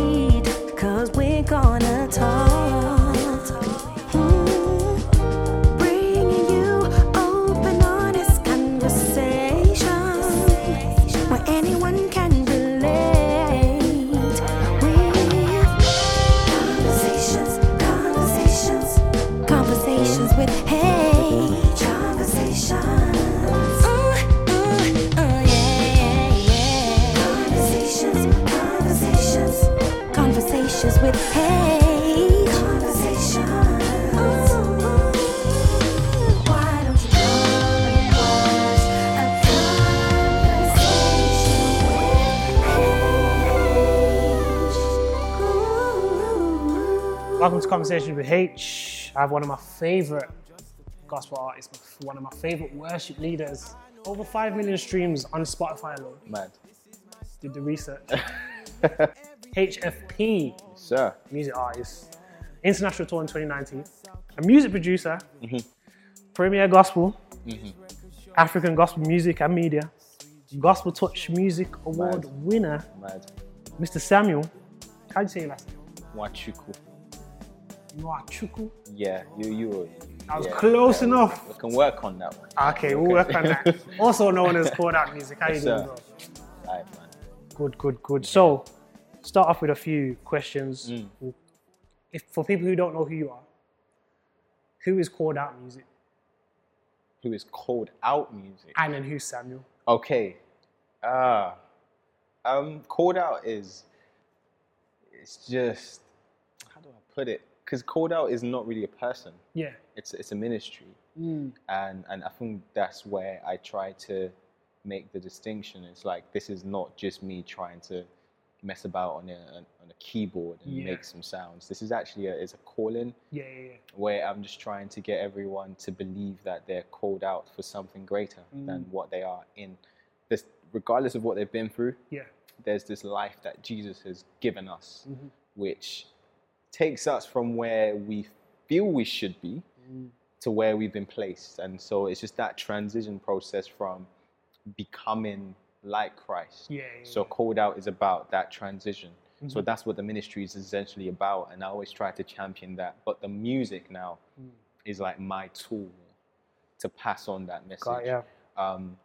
Mm-hmm. Mm, it. Hey, conversation. Why don't you come and watch a conversation with Welcome to Conversations with H. I have one of my favorite gospel artists, one of my favorite worship leaders. Over 5 million streams on Spotify alone. Mad. Did the research. HFP, Sir. music artist, international tour in 2019, a music producer, Mm-hmm. premier gospel, African gospel music and media, gospel touch music award Mad. winner, Mad. Mr. Samuel. How do you say your last name? Wachuku. Nwachuku. Yeah, you you. I was yeah, close yeah. enough. Ah. We can work on that one. Okay, we'll work on that. also known as Code Out Music. How you Yes, doing, sir. bro? Alright, man. Good, good, good. So, start off with a few questions. Mm. If for people who don't know who you are, who is Called Out Music, Who is called out music? and then who's Samuel? Okay. Ah. um, called out is. It's just. How do I put it? Because called out is not really a person. Yeah. It's it's a ministry, and and I think that's where I try to make the distinction. It's like this is not just me trying to mess about on a on a keyboard and Yeah. make some sounds. This is actually a, it's a calling Yeah, yeah, yeah. where I'm just trying to get everyone to believe that they're called out for something greater than what they are in. This, regardless of what they've been through, Yeah. there's this life that Jesus has given us, Mm-hmm. which takes us from where we feel we should be Mm. to where we've been placed. And so it's just that transition process from becoming like Christ. Yeah, Mm-hmm. yeah, So called out is about that transition. So that's what the ministry is essentially about. And I always try to champion that. But the music now Mm. is like my tool to pass on that message Got yeah. um,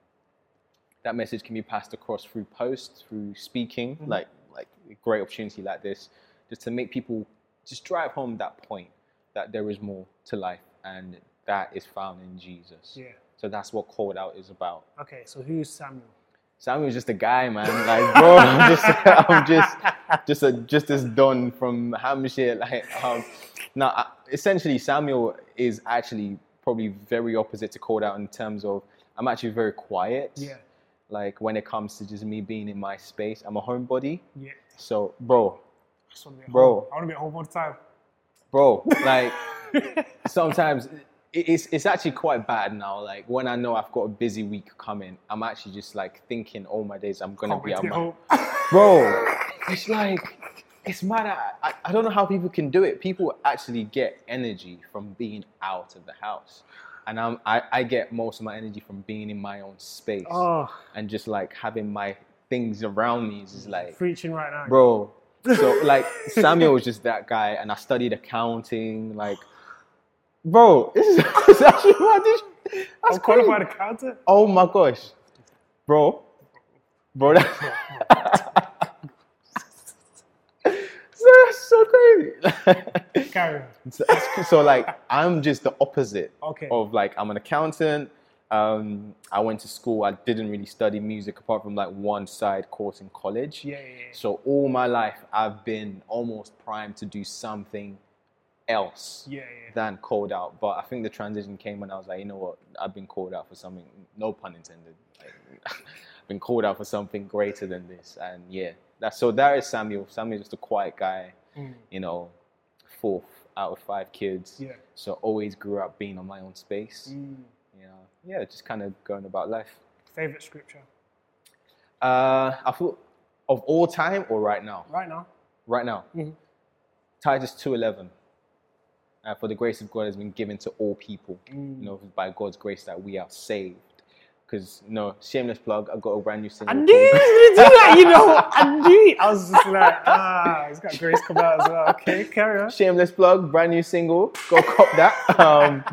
that message can be passed across through posts, through speaking, Mm-hmm. like like a great opportunity like this, just to make people just drive home that point that there is more to life and that is found in Jesus. Yeah. So that's what called out is about. Okay, so who's Samuel? Samuel's just a guy, man. Like, bro, I'm just, I'm just, just a, just this don from Hampshire. Like, um, now, I- essentially, Samuel is actually probably very opposite to called out in terms of I'm actually very quiet. Yeah. Like when it comes to just me being in my space, I'm a homebody. Yeah. So, bro, I just wanna be at Bro. home. I want to be at home all the time. bro, like sometimes it- it's it's actually quite bad now. Like when I know I've got a busy week coming, I'm actually just like thinking all my days I'm gonna Can't be wait to out get my home. bro it's like it's mad I, I, I don't know how people can do it people actually get energy from being out of the house and I'm, I, I get most of my energy from being in my own space Oh, and just like having my things around me is just like preaching right now. bro so like samuel was just that guy and i studied accounting like bro this is it's actually what this that's I'm qualified crazy. accountant. oh my gosh bro bro that's So that's so crazy. Carry on. so, that's- so, like, I'm just the opposite Okay. of like I'm an accountant. Um, I went to school. I didn't really study music apart from like one side course in college. Yeah, yeah, yeah. So all my life, I've been almost primed to do something else Yeah, yeah. than called out. But I think the transition came when I was like, you know what? I've been called out for something. No pun intended. Like, I've been called out for something greater than this. And yeah, that's so. That is Samuel. Samuel's just a quiet guy. You know, fourth out of five kids. Mm. Yeah. Mm. So always grew up being on my own space. You know, yeah, just kind of going about life. Favorite scripture Uh, I thought of all time or right now. right now? right now. Mm-hmm. Titus two eleven. Uh, for the grace of God has been given to all people. Mm. You know, by God's grace that we are saved. Because no, shameless plug. I got a brand I new single. knew you called- were gonna do that. You know, I knew. It. I was just like, ah, he's got Grace come out as well. Okay, carry on. Shameless plug. Brand new single. Go cop that. Um,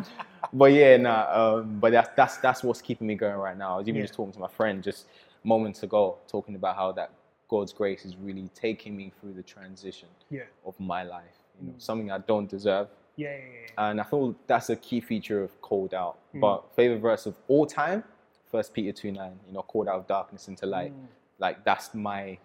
but yeah, nah. Um, but that's that's that's what's keeping me going right now. I was even Yeah. just talking to my friend just moments ago, talking about how that God's grace is really taking me through the transition Yeah, of my life. You Mm. know, something I don't deserve. yeah, yeah. yeah. and I thought that's a key feature of called out. Hmm. But favorite verse of all time, Hmm. First Peter two nine. You know, called out of darkness into light. Like that's my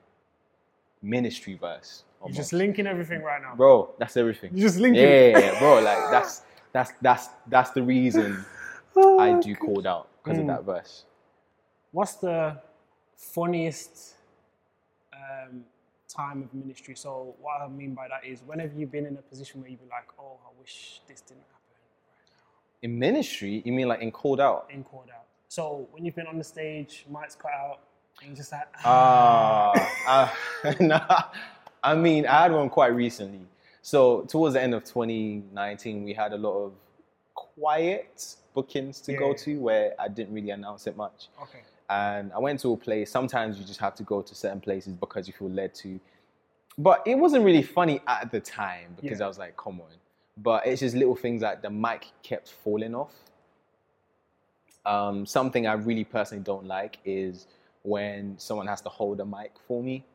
ministry verse. You're almost. just linking everything right now. bro, that's everything. You're just linking it. Yeah, bro, like that's that's that's that's the reason I do called out because Hmm. of that verse. Ah. What's the funniest um, time of ministry? So what I mean by that is, when have you been in a position where you've been like, "Oh, I wish this didn't happen," In ministry, you mean like in called out? in called out. So when you've been on the stage, mics cut out, and you're just like, Ah, ah, nah. I mean, I had one quite recently. So towards the end of 2019, we had a lot of quiet bookings to Yeah, go yeah. to where I didn't really announce it much. ah. "Okay, and I went to a place. Sometimes you just have to go to certain places because you feel led to. But it wasn't really funny at the time because Yeah. I was like, come on. But it's just little things like the mic kept falling off. Um, something I really personally don't like is when someone has to hold a mic for me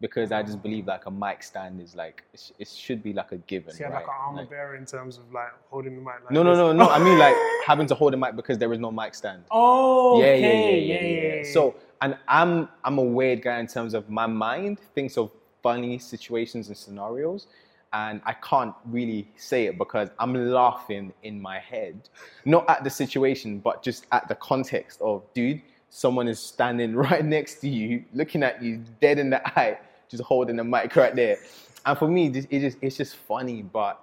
because I Oh. just believe like a mic stand is like, it, sh- it should be like a given. so you have right? like an armor Like- bearer in terms of like holding the mic." Like no, no, this. no, no. I mean like having to hold a mic because there is no mic stand Oh, yeah, okay, yeah, yeah, yeah, yeah, yeah. So, and I'm I'm a weird guy in terms of my mind thinks of funny situations and scenarios, and I can't really say it because I'm laughing in my head, not at the situation, but just at the context of dude, someone is standing right next to you, looking at you dead in the eye, just holding the mic right there, and for me, this- it just it's just funny, but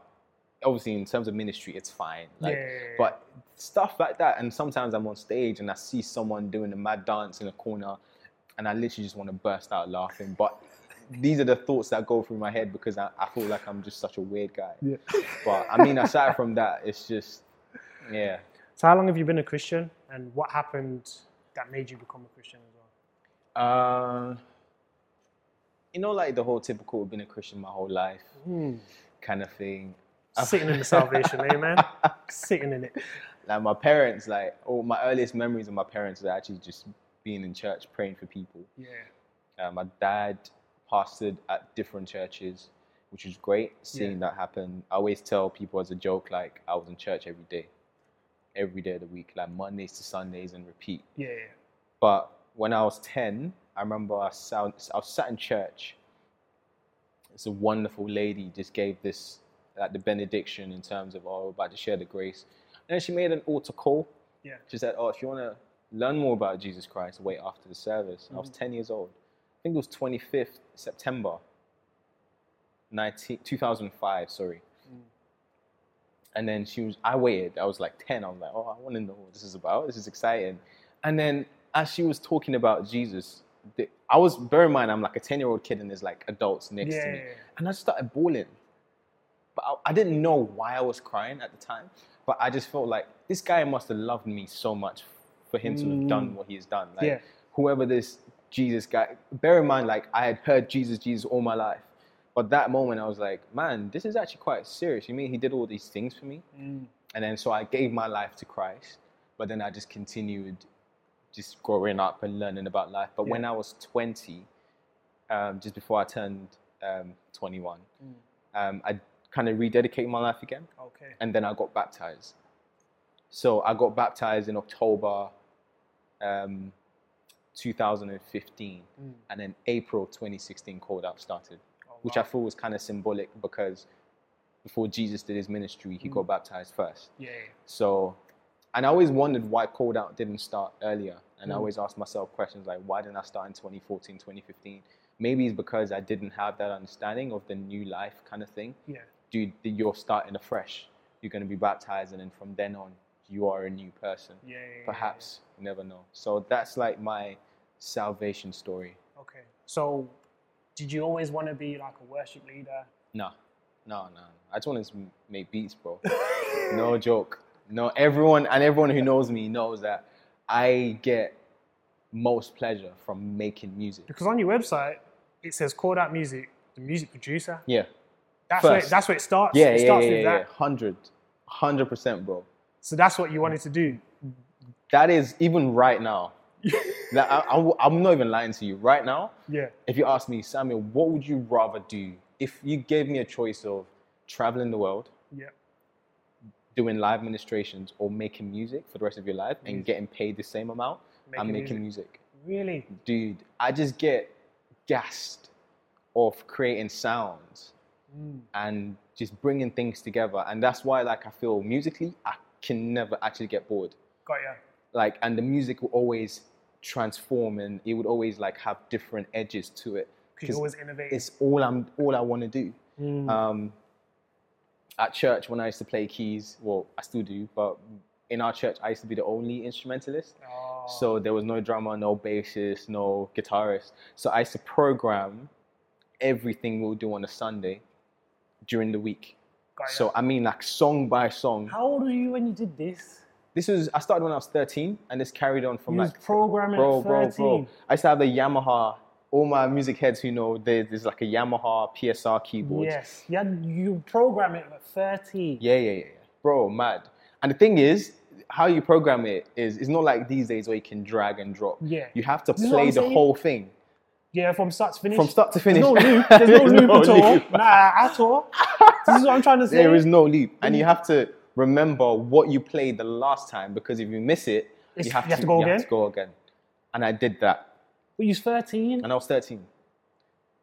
obviously in terms of ministry, it's fine. Like, Yeah, yeah, yeah. but stuff like that. And sometimes I'm on stage and I see someone doing a mad dance in a corner, and I literally just want to burst out laughing. But these are the thoughts that go through my head because I, I feel like I'm just such a weird guy. Yeah. But I mean, aside from that, it's just yeah. So how long have you been a Christian, and what happened that made you become a Christian as well? Uh, you know, like the whole typical been a Christian my whole life Hmm. kind of thing. Sitting in the salvation, amen. Sitting in it. like my parents, like all my earliest memories of my parents are actually just being in church, praying for people. Yeah. Uh, my dad pastored at different churches, which was great seeing that happen. I always tell people as a joke, like I was in church every day, every day of the week, like Mondays to Sundays and repeat. Yeah. But when I was 10, I remember I, sound, I was sat in church. It's a wonderful lady just gave this, like the benediction in terms of, oh, we're about to share the grace. And then she made an altar call. Yeah. She said, oh, if you want to learn more about Jesus Christ, wait after the service. And I Mm. was 10 years old. I think it was 25th September 19, 2005, sorry. Mm. And then she was, I waited. I was like 10. I was like, oh, I want to know what this is about. This is exciting. And then as she was talking about Jesus, the, I was, bear in mind, I'm like a 10 year old kid and there's like adults next to me. Yeah. And I just started bawling. But I, I didn't know why I was crying at the time. But I just felt like this guy must have loved me so much for him to have done what he has done. Like, Yeah. whoever this Jesus guy, bear in mind, like, I had heard Jesus, Jesus all my life. But that moment, I was like, man, this is actually quite serious. You mean he did all these things for me? And then so I gave my life to Christ, but then I just continued just growing up and learning about life. But when I was 20, um, just before I turned um, 21, um, I kind of rededicated my life again Okay. and then I got baptized. So I got baptized in October um, 2015, and then April 2016 called up started, Oh, which I feel was kind of symbolic because before Jesus did his ministry, he got baptized first. Yeah. yeah. So, and I always wondered why Cold Out didn't start earlier. And I always asked myself questions like, why didn't I start in 2014, 2015? Maybe it's because I didn't have that understanding of the new life kind of thing. Yeah. Dude, that you're starting afresh. You're going to be baptized, and then from then on, you are a new person. Yeah, yeah, yeah, Perhaps, you never know. So that's like my salvation story. Okay. So, did you always want to be like a worship leader? No, no, no. I just want to make beats, bro. no joke. No, everyone and everyone who knows me knows that I get most pleasure from making music. Because on your website, it says called out music, the music producer. Yeah, That's where, First. that's where it starts. yeah, it yeah, yeah, starts yeah, with yeah. that. Hundred, hundred percent, bro. So that's what you wanted to do. That is even right now. like, I, I, I'm not even lying to you. Right now, Yeah. if you ask me, Samuel, what would you rather do if you gave me a choice of traveling the world Yeah. doing live ministrations or making music for the rest of your life and getting paid the same amount, I'm Making making music. Really. Dude, I just get gassed of creating sounds and just bringing things together. And that's why, like, I feel musically, I can never actually get bored. Got you. Like, and the music will always transform, and it would always like have different edges to it. Because you're always innovating. Mm. it's all I'm, all I want to do. Um, at church, when I used to play keys, well, I still do, but in our church, I used to be the only instrumentalist. Oh, So there was no drummer, no bassist, no guitarist. So I used to program everything we'll do on a Sunday during the week. got you. So I mean, like song by song. how old were you when you did this? This was I started when I was 13, and this carried on from You was like programming bro, at bro, 13. bro. I used to have the Yamaha. All my music heads who know there- there's like a Yamaha PSR keyboard. Yes, you, had, you program it at 13. Yeah, yeah, yeah, yeah. Bro, mad. And the thing is, how you program it is it's not like these days where you can drag and drop. Yeah. You have to You know what play I'm the saying? whole thing. Yeah, from start to finish. From start to finish. There's no loop. There's no loop at all. loop. Nah, at all. this is what I'm trying to say. There is no loop. And Mm-hmm. you have to remember what you played the last time because if you miss it, It's- you have, you have to, to go you have again? to go again. And I did that. Were you 13? And I was 13.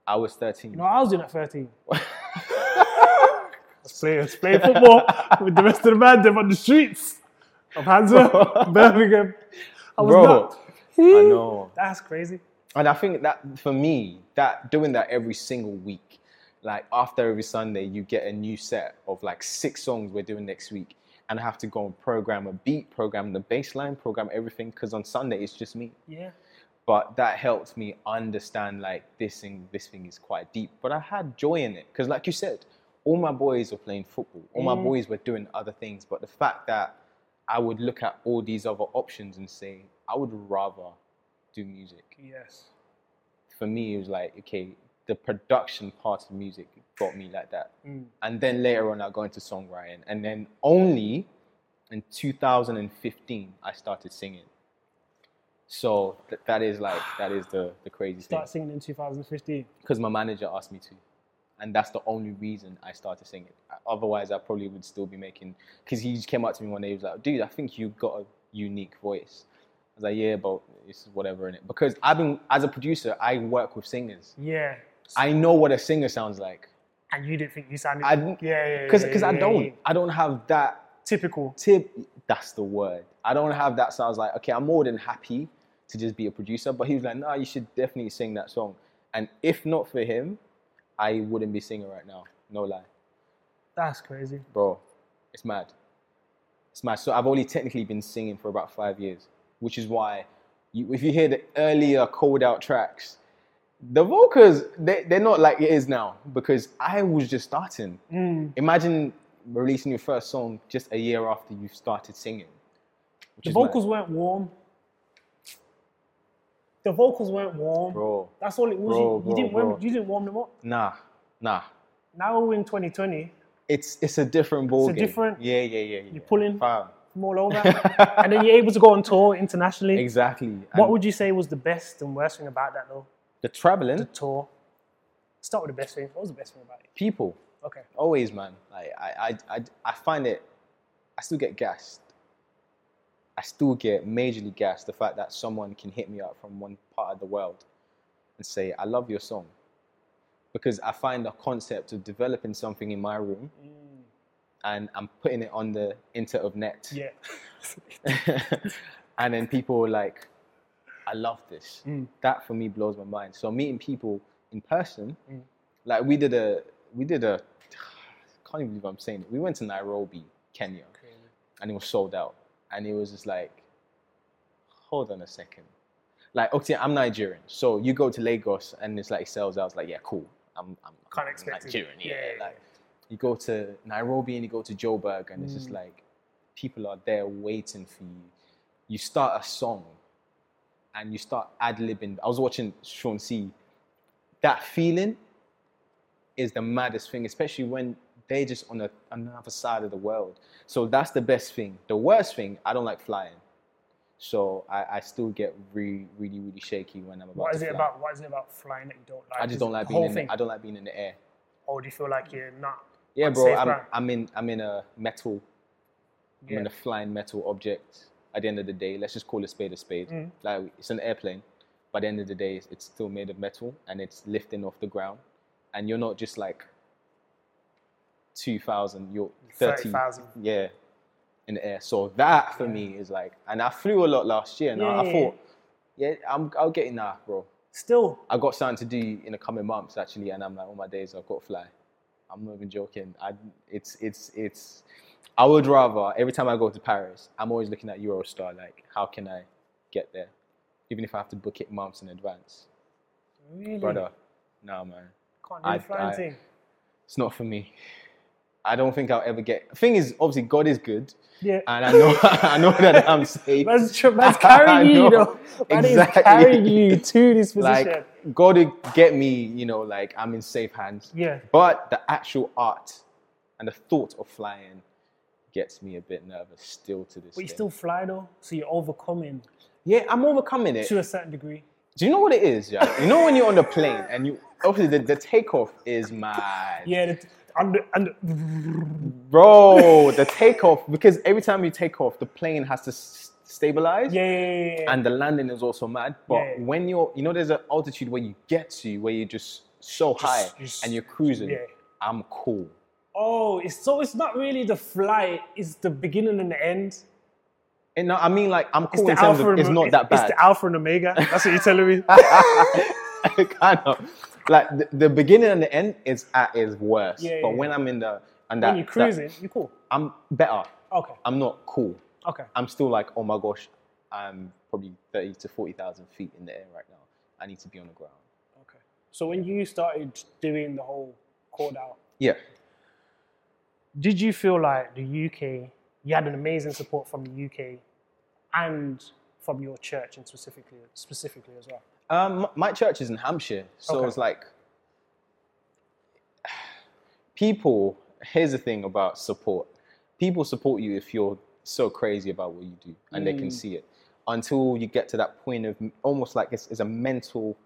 I was 13. No, I was doing it at 13. Let's play, let's play football with the rest of the man them on the streets of Hansa, Birmingham. I was Bro, not. I know. That's crazy. And I think that for me, that doing that every single week, like after every Sunday, you get a new set of like six songs we're doing next week. And I have to go and program a beat, program the bass line, program everything, because on Sunday it's just me. Yeah. but that helped me understand like this thing this thing is quite deep but i had joy in it because like you said all my boys were playing football all my boys were doing other things but the fact that i would look at all these other options and say i would rather do music Yes. for me it was like okay the production part of music got me like that and then later on i got into songwriting and then only in 2015 i started singing so th- that is like that is the the crazy thing Start singing in 2015. because my manager asked me to and that's the only reason i started singing otherwise i probably would still be making because he just came up to me one day he was like dude i think you've got a unique voice i was like yeah but it's whatever in it because i've been as a producer i work with singers Yeah. i know what a singer sounds like And you didn't think you sounded. I yeah, yeah, yeah. because yeah, because I yeah, yeah. don't I don't have that Typical. tip. That's the word. I don't have that. So I was like, okay, I'm more than happy to just be a producer. But he was like, no, you should definitely sing that song. And if not for him, I wouldn't be singing right now. No lie, That's crazy. bro. It's mad. It's mad. So I've only technically been singing for about five years, which is why you, if you hear the earlier cold out tracks. The vocals, they, they're not like it is now because I was just starting Hmm. imagine releasing your first song just a year after you've started singing. Which The is mad. vocals weren't warm. The vocals weren't warm. bro. That's all it was. Bro, you, bro, you didn't warm, bro. you didn't warm them up. Nah, nah. Now we're in 2020 It's it's a different ballgame. different- Yeah, yeah, yeah. yeah. You're pulling- Fam. from all over, and then you're able to go on tour internationally. Exactly. What And would you say was the best and worst thing about that though? the traveling The tour. Start with the best thing. What was the best thing about it? people Okay. always, man. Like I, I, I, I find it. I still get gassed. I still get majorly gassed the fact that someone can hit me up from one part of the world and say, "I love your song," because I find the concept of developing something in my room and I'm putting it on the inter of net. Yeah. and then people were like, I love this. That for me blows my mind. So meeting people in person, like we did a, we did a, I can't even believe I'm saying it. We went to Nairobi, Kenya, and it was sold out. And it was just like, hold on a second. Like, okay, I'm Nigerian. So you go to Lagos and it's like, it sells out. It's like, yeah, cool. I'm, I'm, Can't I'm expect it. Nigerian. Yeah, Yeah, yeah, Like, you go to Nairobi and you go to Joburg, and it's just like people are there waiting for you. You start a song and you start ad libbing. I was watching Sean C. That feeling is the maddest thing, especially when they're just on, a, on another side of the world. So that's the best thing. The worst thing, I don't like flying. So I, I still get really, really, really shaky when I'm about What to is it fly. about? What is it about flying that you don't like? I just Is don't it like the being whole in thing. The, I don't like being in the air. or do you feel like you're not? Yeah, on bro. safe I'm, ground? I'm in I'm in a metal. I'm Yeah. in a flying metal object. At the end of the day, let's just call a spade a spade. Mm. Like it's an airplane. By the end of the day, it's, it's still made of metal and it's lifting off the ground. and you're not just like two thousand, you're thirty 30,000. yeah, in the air. So that for me is like, and I flew a lot last year, and I, Yeah. I thought, yeah, I'm, I'll get in that, bro. Still, I got something to do in the coming months actually, and I'm like, all my days I've got to fly. I'm not even joking. I, it's, it's, it's. I would rather every time I go to Paris, I'm always looking at Eurostar. Like, how can I get there? Even if I have to book it months in advance, really, brother. No, man, can't do I- the flying I- thing. it's not for me. I don't think I'll ever get. Thing is, obviously, God is good, Yeah, and I know, I know that I'm safe. man's, tri- man's carrying I you, you know. know. Man Exactly. is carrying you to this position. like God would get me, you know, like I'm in safe hands. Yeah. But the actual art and the thought of flying gets me a bit nervous still to this but you day. still fly though, so you're overcoming Yeah, I'm overcoming it. to a certain degree. Do you know what it is? Yeah. You know when you're on the plane and you obviously the, the takeoff is mad. Yeah, the, and, the- and the- Bro, the takeoff because every time you take off, the plane has to s- stabilize. yeah, yeah, yeah, yeah. and the landing is also mad. But Yeah. when you're, you know, there's an altitude where you get to where you're just so high just- and you're cruising. yeah. I'm cool. oh, it's so it's not really the flight; it's the beginning and the end. And no, I mean, like, I'm It's cool the in terms of and it's ome- not that bad. It's the alpha and omega. That's what you're telling me. kind of like the, the beginning and the end is at is worse. Yeah, but yeah, when I'm in the and that, when you're that- cruising, you're cool. I'm better. Okay, I'm not cool. okay. I'm still like, oh my gosh, I'm probably thirty to forty thousand feet in the air right now. I need to be on the ground. Okay. So when you started doing the whole chord out, Yeah, did you feel like the UK, you had an amazing support from the UK and from your church and specifically, specifically as well? Um, m- my church is in Hampshire, so Okay. it's like people. Here's the thing about support: people support you if you're so crazy about what you do, and Mm. they can see it. Until you get to that point of m- almost like it's, it's a mental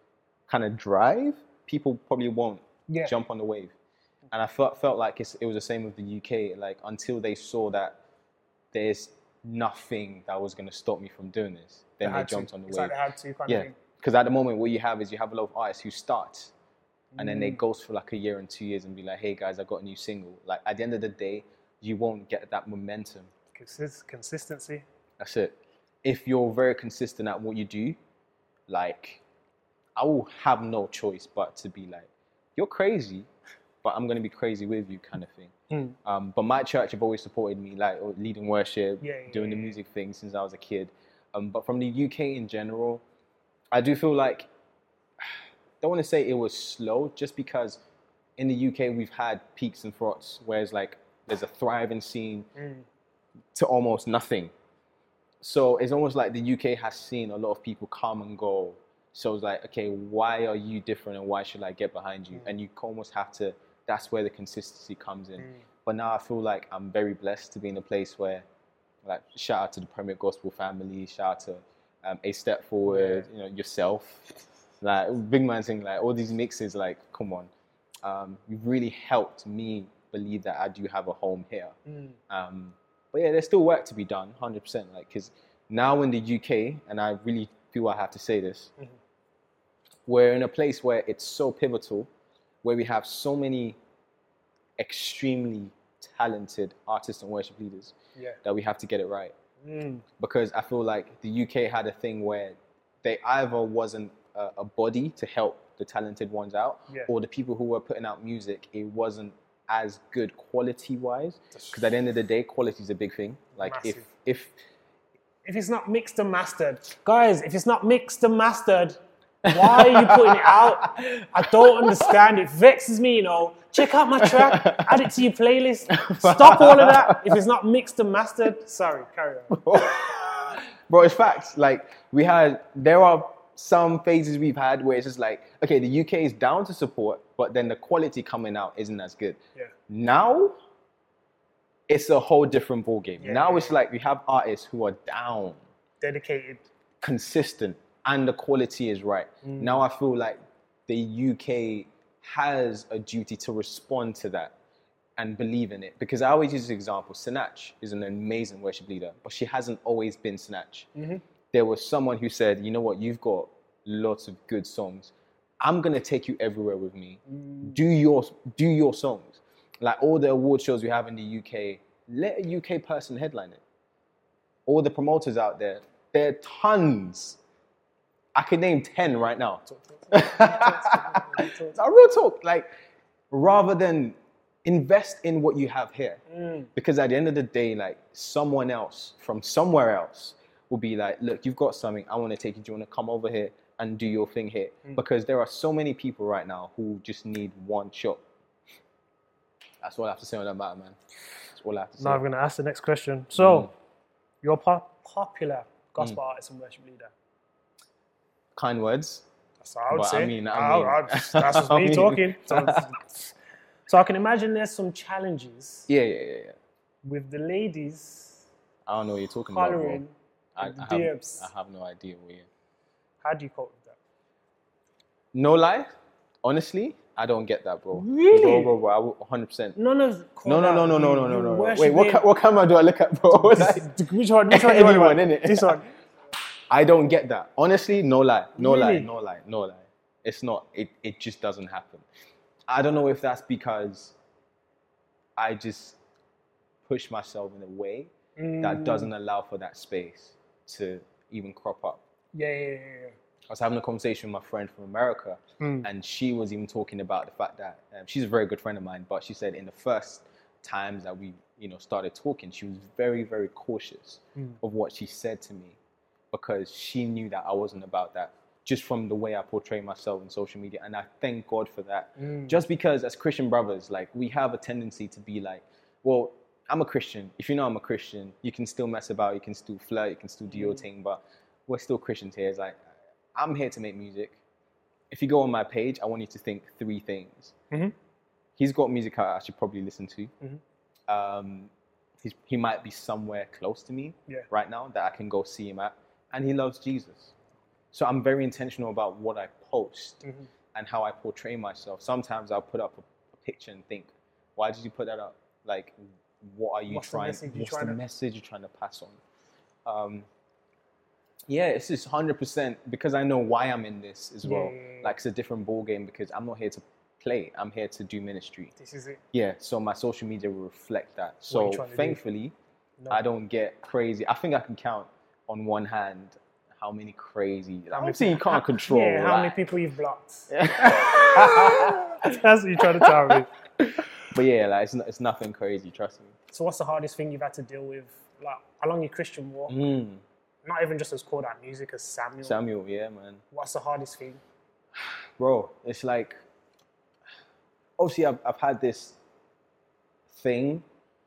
kind of drive, people probably won't Yeah. Mm. jump on the wave. And I felt felt like it's, it was the same with the UK. Like until they saw that there's nothing that was going to stop me from doing this, then they, had to- jumped on the it's wave. like they had to kind of Yeah, thing. because at the moment, what you have is you have a lot of artists who start, and then they ghost for like a year and two years and be like, "Hey guys, I got a new single." Like at the end of the day, you won't get that momentum. Consis- consistency. That's it. If you're very consistent at what you do, like I will have no choice but to be like, "You're crazy," but I'm gonna be crazy with you, kind of thing. Um, but my church have always supported me, like or leading worship, Yeah, yeah, doing the music thing since I was a kid. Um, but from the UK in general, I do feel like don't want to say it was slow, just because in the UK we've had peaks and troughs, whereas like there's a thriving scene Mm. to almost nothing. So it's almost like the UK has seen a lot of people come and go. So it's like, okay, why are you different and why should I get behind you? And you almost have to, that's where the consistency comes in. But now I feel like I'm very blessed to be in a place where, like, shout out to the Premier Gospel family, shout out to um, A Step Forward, you know, yourself. Like, big man thing, like, all these mixes, like, come on. Um, you've really helped me believe that I do have a home here. Mm, Um, but yeah, there's still work to be done, 100%. Like, because now in the UK, and I really feel I have to say this, we're in a place where it's so pivotal, where we have so many extremely talented artists and worship leaders Yeah. that we have to get it right. Hmm. Because I feel like the UK had a thing where they either wasn't a, a body to help the talented ones out, Yeah. or the people who were putting out music, it wasn't as good quality wise. Because at the end of the day, quality is a big thing. Like Massive. if if If it's not mixed and mastered, guys, if it's not mixed and mastered, why are you putting it out? I don't understand. It vexes me, you know. Check out my track, add it to your playlist. Stop all of that. If it's not mixed and mastered, sorry, carry on. Bro, it's facts. Like we had, there are some phases we've had where it's just like, okay, the UK is down to support, but then the quality coming out isn't as good. Yeah. Now, it's a whole different ballgame. Yeah, now yeah, it's like we have artists who are down, Dedicated. consistent, and the quality is right. Mm. Now I feel like the UK has a duty to respond to that and believe in it. Because I always use this example. Sinach is an amazing worship leader, but she hasn't always been Mm-hmm. Sinach. There was someone who said, you know what, you've got lots of good songs, I'm gonna take you everywhere with me. Do your do your songs. Like all the award shows we have in the UK, let a UK person headline it. All the promoters out there, there are tons. I could name ten right now. It's a real talk. Like rather than invest in what you have here, because at the end of the day, like someone else from somewhere else will be like, look, you've got something. I want to take you. Do you want to come over here and do your thing here? Because there are so many people right now who just need one shot. That's all I have to say on that matter, man. That's all I have to say. Now I'm going to ask the next question. So, Mm. you're a pop- popular gospel artist and worship leader. Kind words. That's what I would But I say. mean- I I'll- mean- I'll just- that's just me I mean- talking. So, it's- so I can imagine there's some challenges Yeah, yeah, yeah, yeah. with the ladies I don't know what you're talking about. colouring. bro. I, the I, have, DMs. I have no idea what you're. How do you cope with that? No lie, honestly, I don't get that, bro. Really? Bro, bro, bro, I will- 100%. None of No, no, no, no, no, no, you no, no. no. Wait, worshiping- what, ca- what camera do I look at, bro? Like, which one? Which one? do you want to Anyone, wear? innit? This one. I don't get that. Honestly, no lie, no lie, Really? no lie, no lie. It's not. It, it just doesn't happen. I don't know if that's because I just push myself in a way that doesn't allow for that space to even crop up. Yeah, yeah, yeah, yeah. I was having a conversation with my friend from America, and she was even talking about the fact that um, she's a very good friend of mine. But she said in the first times that we, you know, started talking, she was very, very cautious of what she said to me because she knew that I wasn't about that. Just from the way I portray myself in social media, and I thank God for that. Just because as Christian brothers, like we have a tendency to be like, well, I'm a Christian. If you know I'm a Christian, you can still mess about, you can still flirt, you can still do your thing, but we're still Christians here. It's like I'm here to make music. If you go on my page, I want you to think three things. Mm-hmm. He's got music out I should probably listen to. Mm-hmm. Um, he's, he might be somewhere close to me Yeah. right now that I can go see him at. And he loves Jesus. So I'm very intentional about what I post Mm-hmm. and how I portray myself. Sometimes I'll put up a, a picture and think, why did you put that up? Like, what are you What's the trying? message you're what's trying the to- message you're trying to pass on? Um, yeah, it's just hundred percent because I know why I'm in this as well. yeah, yeah. Like it's a different ball game because I'm not here to play. I'm here to do ministry. This is it. Yeah, so my social media will reflect that. What you So trying to do? thankfully, I don't get crazy. I think I can count on one hand how many crazy. Like, obviously, you can't control. Yeah, how many like- people you've blocked? That's what you're trying to tell me. But yeah, like it's, n- it's nothing crazy. Trust me. So, what's the hardest thing you've had to deal with, like along your Christian walk? Mm-hmm. Not even just as called out music as Samuel. Hmm, Samuel, yeah, man. what's the hardest thing? bro it's like obviously I've, I've had this thing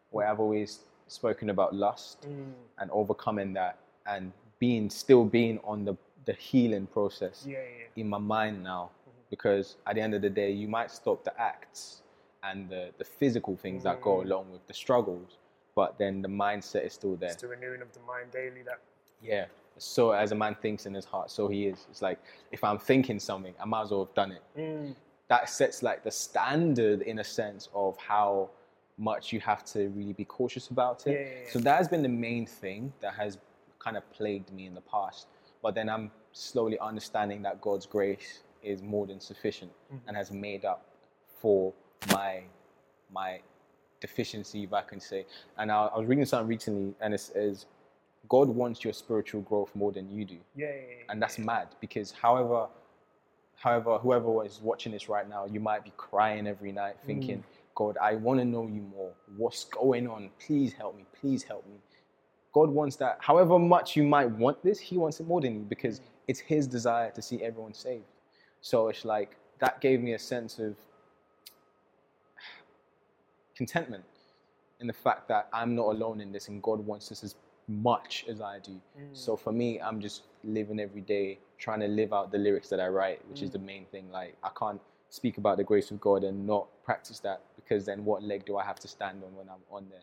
where i've always spoken about lust and overcoming that and being still being on the, the healing process Yeah, yeah, in my mind now because at the end of the day you might stop the acts and the, the physical things that go along with the struggles but then the mindset is still there It's the renewing of the mind daily. That yeah. So as a man thinks in his heart, so he is. It's like if I'm thinking something, I might as well have done it. mm, That sets like the standard in a sense of how much you have to really be cautious about it. Yeah, yeah, So that has been the main thing that has kind of plagued me in the past. But then I'm slowly understanding that God's grace is more than sufficient Mm-hmm. and has made up for my my deficiency, if I can say. And I, I was reading something recently, and it says God wants your spiritual growth more than you do, yeah, yeah, yeah, and that's mad because however, however, whoever is watching this right now, you might be crying every night, thinking, "God, I want to know you more. What's going on? Please help me. Please help me." God wants that. However much you might want this, He wants it more than you because it's His desire to see everyone saved. So it's like that gave me a sense of contentment in the fact that I'm not alone in this and God wants this as much as I do. So for me, I'm just living every day, trying to live out the lyrics that I write, which is the main thing. Like, I can't speak about the grace of God and not practice that because then what leg do I have to stand on when I'm on there?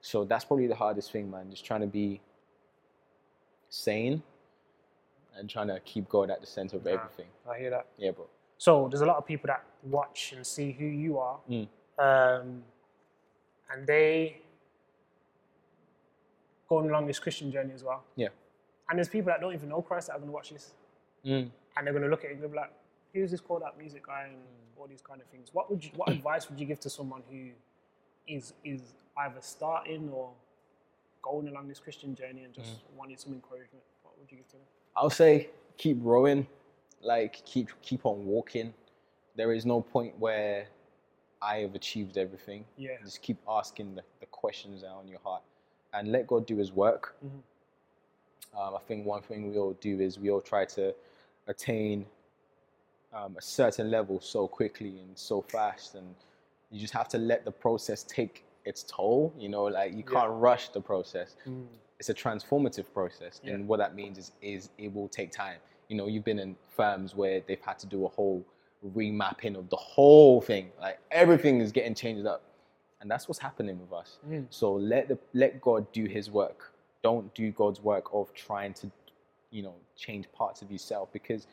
So that's probably the hardest thing, man, just trying to be sane and trying to keep God at the center of everything. yeah. I hear that. Yeah, bro. So there's a lot of people that watch and see who you are, Mm. um, and they going along this Christian journey as well. Yeah. And there's people that don't even know Christ that are going to watch this, Mm. and they're going to look at it and be like, who's this called out music guy and Hmm. all these kind of things. What would you, what advice would you give to someone who is is either starting or going along this Christian journey and just Hmm. wanted some encouragement? What would you give to them? I'll say keep rowing, like keep keep on walking. There is no point where I have achieved everything. Yeah. Just keep asking the, the questions that are on your heart, and let God do His work. Mm-hmm. Um, I think one thing we all do is we all try to attain um, a certain level so quickly and so fast, and you just have to let the process take its toll. You know, like you can't rush the process it's a transformative process Mm. Yeah. and what that means is is it will take time you know you've been in firms where they've had to do a whole remapping of the whole thing like everything is getting changed up and that's what's happening with us Mm. so let the let god do his work don't do god's work of trying to you know change parts of yourself because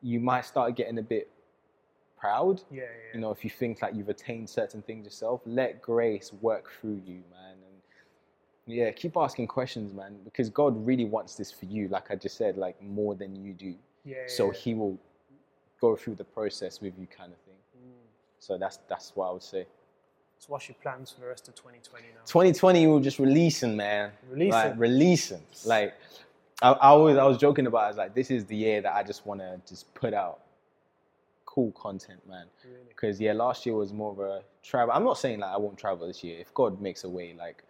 you might start getting a bit proud Yeah, yeah, you know, if you think like you've attained certain things yourself, let grace work through you, man. And yeah, keep asking questions, man, because God really wants this for you, like I just said, like more than you do. yeah. yeah, So yeah. He will go through the process with you, kind of thing. Mm. So that's that's what I would say. So what's your plans for the rest of 2020 now? 2020, we were just releasing, man. Releasing. Like, releasing. Like, I, I was, I was joking about. It. I was like, this is the year that I just want to just put out cool content, man. Really? Because yeah, last year was more of a travel. I'm not saying like I won't travel this year. If God makes a way, like,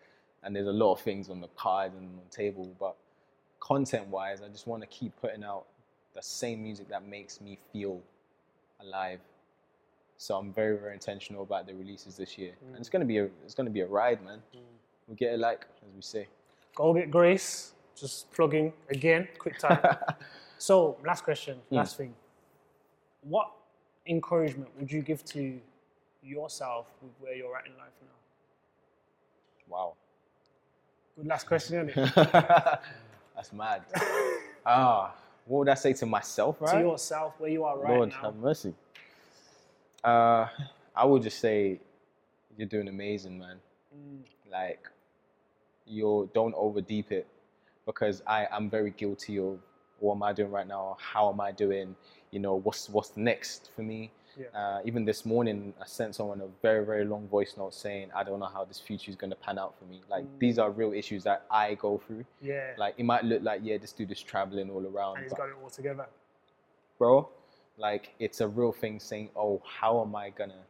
and there's a lot of things on the card and on the table, but content-wise, I just want to keep putting out the same music that makes me feel alive. So I'm very, very intentional about the releases this year, and Mm. it's gonna be a, it's gonna be a ride, man. We'll get it like, as we say. Go get Grace. Just plugging again, quick time. so, last question, Hmm. last thing. What encouragement would you give to yourself with where you're at in life now? Wow, Good last question, isn't it? that's mad. Ah, what would I say to myself, right? To yourself, where you are right Lord now. have mercy. Uh, I would just say you're doing amazing, man. Mm. Like you don't overdeep it because I am very guilty of what am I doing right now? How am I doing? You know, what's what's next for me? Yeah. Uh, even this morning, I sent someone a very very long voice note saying, "I don't know how this future is going to pan out for me." Like Mm. these are real issues that I go through. Yeah. Like it might look like yeah, this dude is traveling all around, and he's but got it all together. bro. Like it's a real thing saying, oh, how am I gonna?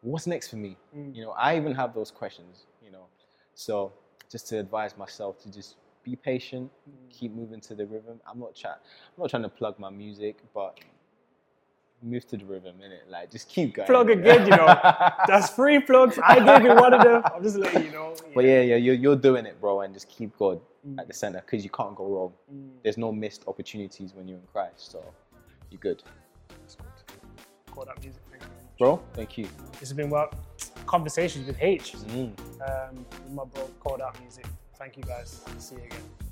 What's next for me? Mm. You know, I even have those questions. You know, so just to advise myself to just be patient, Mm. keep moving to the rhythm. I'm not trying. I'm not trying to plug my music, but move to the rhythm, innit? Like just keep going. Plug innit? again, you know. That's free plugs. I gave you one of them. I'm just letting you know. But yeah, yeah, you're, you're doing it, bro, and just keep God Mm. at the center because you can't go wrong. There's no missed opportunities when you're in Christ, so you're good, Call that music. Thank you very much. bro. Thank you. This has been well Mm. conversations with H, um, with my bro. Call that music. Thank you guys. See you again.